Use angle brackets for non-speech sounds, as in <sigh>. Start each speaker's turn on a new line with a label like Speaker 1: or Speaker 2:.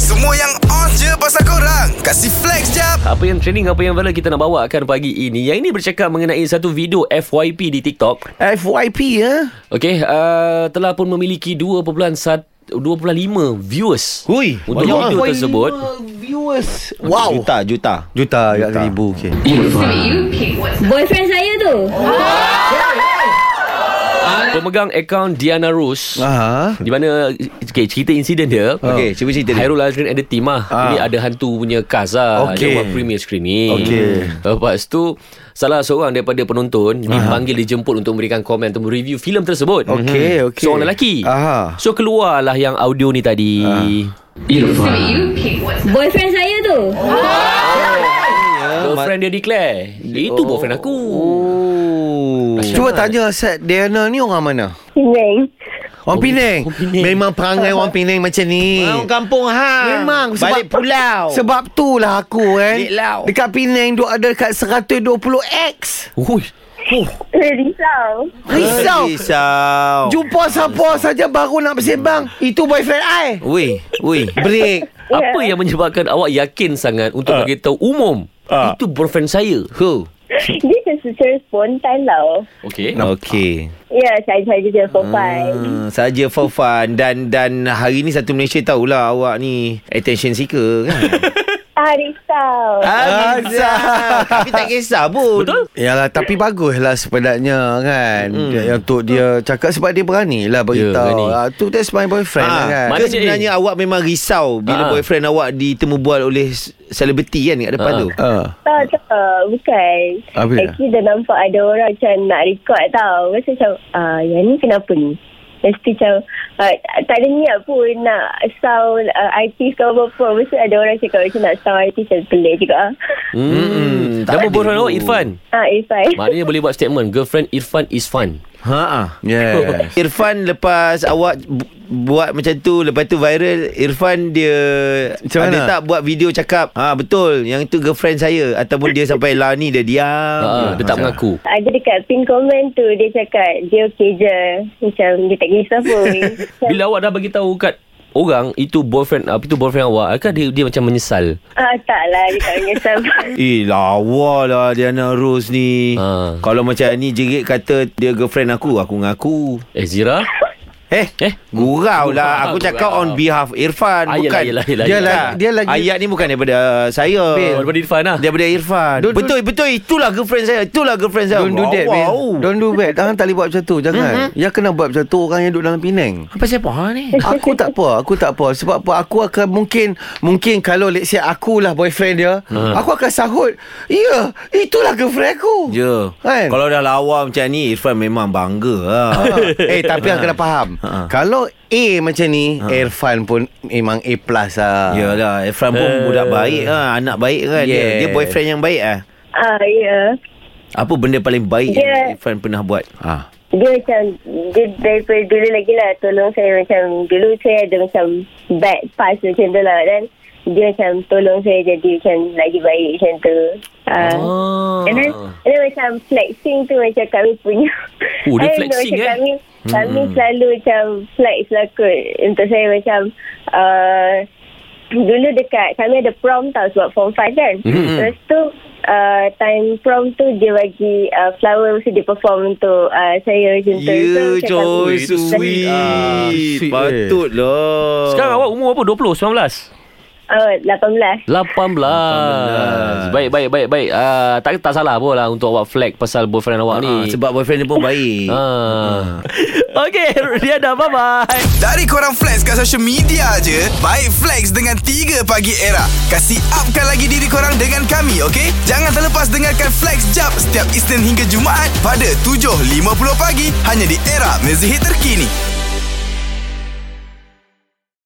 Speaker 1: Semua yang on je pasal korang Kasih flex jap
Speaker 2: Apa yang trending Apa yang viral Kita nak bawakan pagi ini Yang ini bercakap mengenai Satu video FYP di TikTok
Speaker 3: FYP ya.
Speaker 2: Okey uh, Telah pun memiliki 2.1 2.5 viewers
Speaker 3: Hui,
Speaker 2: Untuk
Speaker 3: banyak
Speaker 2: video
Speaker 3: ah.
Speaker 2: tersebut
Speaker 3: Viewers. Wow.
Speaker 4: Juta, juta.
Speaker 3: Juta agak ribu. Okay.
Speaker 5: Boyfriend saya tu
Speaker 2: Pemegang akaun Diana
Speaker 3: Ah.
Speaker 2: Rose
Speaker 3: Aha.
Speaker 2: Di mana okay, Cerita insiden dia
Speaker 4: Okey, cuba cerita dia.
Speaker 2: Hairul Azrin and the team lah Ini
Speaker 3: Ah.
Speaker 2: ada hantu punya kas lah
Speaker 3: Okey.
Speaker 2: Dia buat premiere screening
Speaker 3: Okey.
Speaker 2: Lepas tu Salah seorang daripada penonton Dipanggil dijemput untuk memberikan komen Untuk review filem tersebut
Speaker 3: Okey,
Speaker 2: Mhm.
Speaker 3: okey.
Speaker 2: Seorang lelaki
Speaker 3: Aha.
Speaker 2: So keluarlah yang audio ni tadi
Speaker 5: Boyfriend saya tu
Speaker 2: Girlfriend dia declare Itu boyfriend aku
Speaker 4: Oh.
Speaker 3: Cuba tanya set Diana ni orang mana?
Speaker 5: Penang
Speaker 3: Orang Penang. Memang perangai orang Penang macam ni.
Speaker 4: Orang kampung ha.
Speaker 3: Memang
Speaker 4: balik pulau.
Speaker 3: Sebab tu lah aku kan.
Speaker 4: Dek Lau.
Speaker 3: Dekat Penang duk ada dekat 120X.
Speaker 2: Ui.
Speaker 5: Risau
Speaker 3: Risau.
Speaker 4: Risau.
Speaker 3: Jumpa siapa saja baru nak bersembang. Itu boyfriend I.
Speaker 4: Weh, weh.
Speaker 3: Break.
Speaker 2: Apa yang menyebabkan awak yakin sangat Untuk uh. beritahu umum uh. Itu boyfriend saya
Speaker 4: Who?
Speaker 5: Dia kan secara spontan lah
Speaker 2: Okay
Speaker 4: Okey.
Speaker 5: Ya saya-saya je for fun
Speaker 4: Hmm, saja for fun dan dan hari ni satu Malaysia tahulah awak ni attention seeker
Speaker 2: <laughs>
Speaker 4: kan.
Speaker 5: Ah risau
Speaker 4: Ah, risau. Tapi tak kisah pun.
Speaker 2: Betul?
Speaker 3: Yalah tapi baguslah sebenarnya kan hmm. Untuk dia cakap sebab dia berani lah beritahu
Speaker 2: berani.
Speaker 3: yeah, Tu that's my boyfriend lah kan
Speaker 4: Ah,
Speaker 2: Mana
Speaker 4: Ke
Speaker 2: dia?
Speaker 4: sebenarnya awak memang risau bila
Speaker 2: Ah.
Speaker 4: boyfriend awak ditemu bual oleh s- selebriti kan kat depan
Speaker 2: Ah.
Speaker 4: tu.
Speaker 3: Ah.
Speaker 5: Tak, tak. Bukan.
Speaker 3: Ah, bila?
Speaker 5: Actually, dah nampak ada orang macam nak record tau. Rasa macam, ah, yang ni kenapa ni? Lepas tu macam, ah, tak ada niat pun nak sound ah, artis ke apa-apa. Lepas tu ada orang cakap macam nak sound artis macam pelik juga. ah.
Speaker 2: Hmm.
Speaker 4: tak
Speaker 2: Nama
Speaker 4: ada.
Speaker 2: boyfriend awak Irfan
Speaker 5: Ah, Irfan.
Speaker 2: Maknanya boleh buat statement Girlfriend Irfan is fun
Speaker 4: Ha ah.
Speaker 3: Yes
Speaker 4: <laughs> Irfan lepas awak bu- buat macam tu lepas tu viral Irfan dia
Speaker 3: Macam
Speaker 4: ada
Speaker 3: mana?
Speaker 4: tak buat video cakap ha betul yang itu girlfriend saya ataupun dia sampai lah ni dia diam
Speaker 2: uh, Dia tak mengaku
Speaker 5: Ada dekat pin komen tu Dia cakap Dia okey je Macam dia tak kisah pun Macam,
Speaker 2: Bila awak dah bagi tahu kat orang itu boyfriend apa itu boyfriend awak kan dia dia macam menyesal.
Speaker 5: ah, Tak lah Dia tak menyesal
Speaker 4: Eh lawa lah Diana Rose ni
Speaker 2: Ha.
Speaker 4: Kalau macam ni jerit kata Dia girlfriend aku Aku ngaku
Speaker 2: Eh Zira,
Speaker 4: Eh,
Speaker 2: Eh?
Speaker 4: eh? Gurau lah Aku cakap
Speaker 2: Gurau.
Speaker 4: on behalf Irfan
Speaker 2: Ah, yelah,
Speaker 4: Bukan
Speaker 2: yelah, yelah,
Speaker 3: yelah. Dia lagi-
Speaker 4: Ayat ni bukan daripada uh, saya
Speaker 2: oh, daripada Irfan lah.
Speaker 4: Daripada Irfan
Speaker 3: Don't do-
Speaker 4: Betul betul Itulah girlfriend saya Itulah girlfriend saya
Speaker 3: Don't do that man Don't do that Jangan tak boleh buat macam tu Jangan mm-hmm. Yang kena buat macam tu Orang yang duduk dalam Penang
Speaker 4: Apa saya faham ha, ni
Speaker 3: Aku tak apa Aku tak apa Sebab apa Aku akan mungkin Mungkin kalau let's say Akulah boyfriend dia Aku akan sahut Ya yeah, Itulah girlfriend aku
Speaker 4: Ya yeah.
Speaker 3: Kan?
Speaker 4: Kalau dah lawa macam ni Irfan memang bangga lah.
Speaker 3: <laughs> eh tapi yang kena faham
Speaker 4: Ha.
Speaker 3: Kalau A macam ni Irfan pun Memang A plus lah
Speaker 4: <laughs> Yalah Irfan pun
Speaker 2: Eh.
Speaker 4: budak baik lah. Anak baik kan yeah.
Speaker 3: Yes.
Speaker 4: dia Dia boyfriend yang baik lah
Speaker 5: ah, Ya yeah.
Speaker 4: Apa benda paling baik
Speaker 5: Yeah.
Speaker 4: yeah. yang Irfan pernah buat Ha.
Speaker 3: Ah.
Speaker 5: dia macam dia daripada dulu lagi lah tolong saya macam dulu saya ada macam bad past macam tu lah dan dia macam tolong saya jadi macam lagi baik macam tu uh,
Speaker 2: Ah.
Speaker 5: and then, and then macam flexing tu macam kami punya
Speaker 2: Oh, dia
Speaker 5: <laughs> I don't know,
Speaker 2: flexing,
Speaker 5: macam
Speaker 2: eh?
Speaker 5: kami, kami selalu macam flex lah kot untuk saya macam uh, dulu dekat kami ada prom tau sebab form 5 kan.
Speaker 2: Hmm.
Speaker 5: Mm-hmm. Lepas tu uh, time prom tu dia bagi uh, flower mesti dia perform untuk uh, saya macam
Speaker 2: Ya,
Speaker 5: tu.
Speaker 4: You
Speaker 5: macam
Speaker 4: so
Speaker 5: kami-
Speaker 4: Ya, sweet,
Speaker 3: Ah, sweet, eh.
Speaker 4: Patutlah
Speaker 2: Sekarang awak umur apa? 20, 19?
Speaker 5: Oh,
Speaker 2: 18.
Speaker 5: 18.
Speaker 2: Baik baik baik baik. Ah tak tak salah pun lah untuk awak flag pasal boyfriend awak
Speaker 4: Ah,
Speaker 2: ni.
Speaker 4: Sebab boyfriend dia pun baik
Speaker 2: Ah. <laughs> Okey, dia dah bye bye.
Speaker 1: Dari korang flex kat social media je Baik flex dengan 3 pagi era Kasih upkan lagi diri korang dengan kami okay? Jangan terlepas dengarkan flex jap Setiap Isnin hingga Jumaat Pada 7.50 pagi Hanya di era mezihit terkini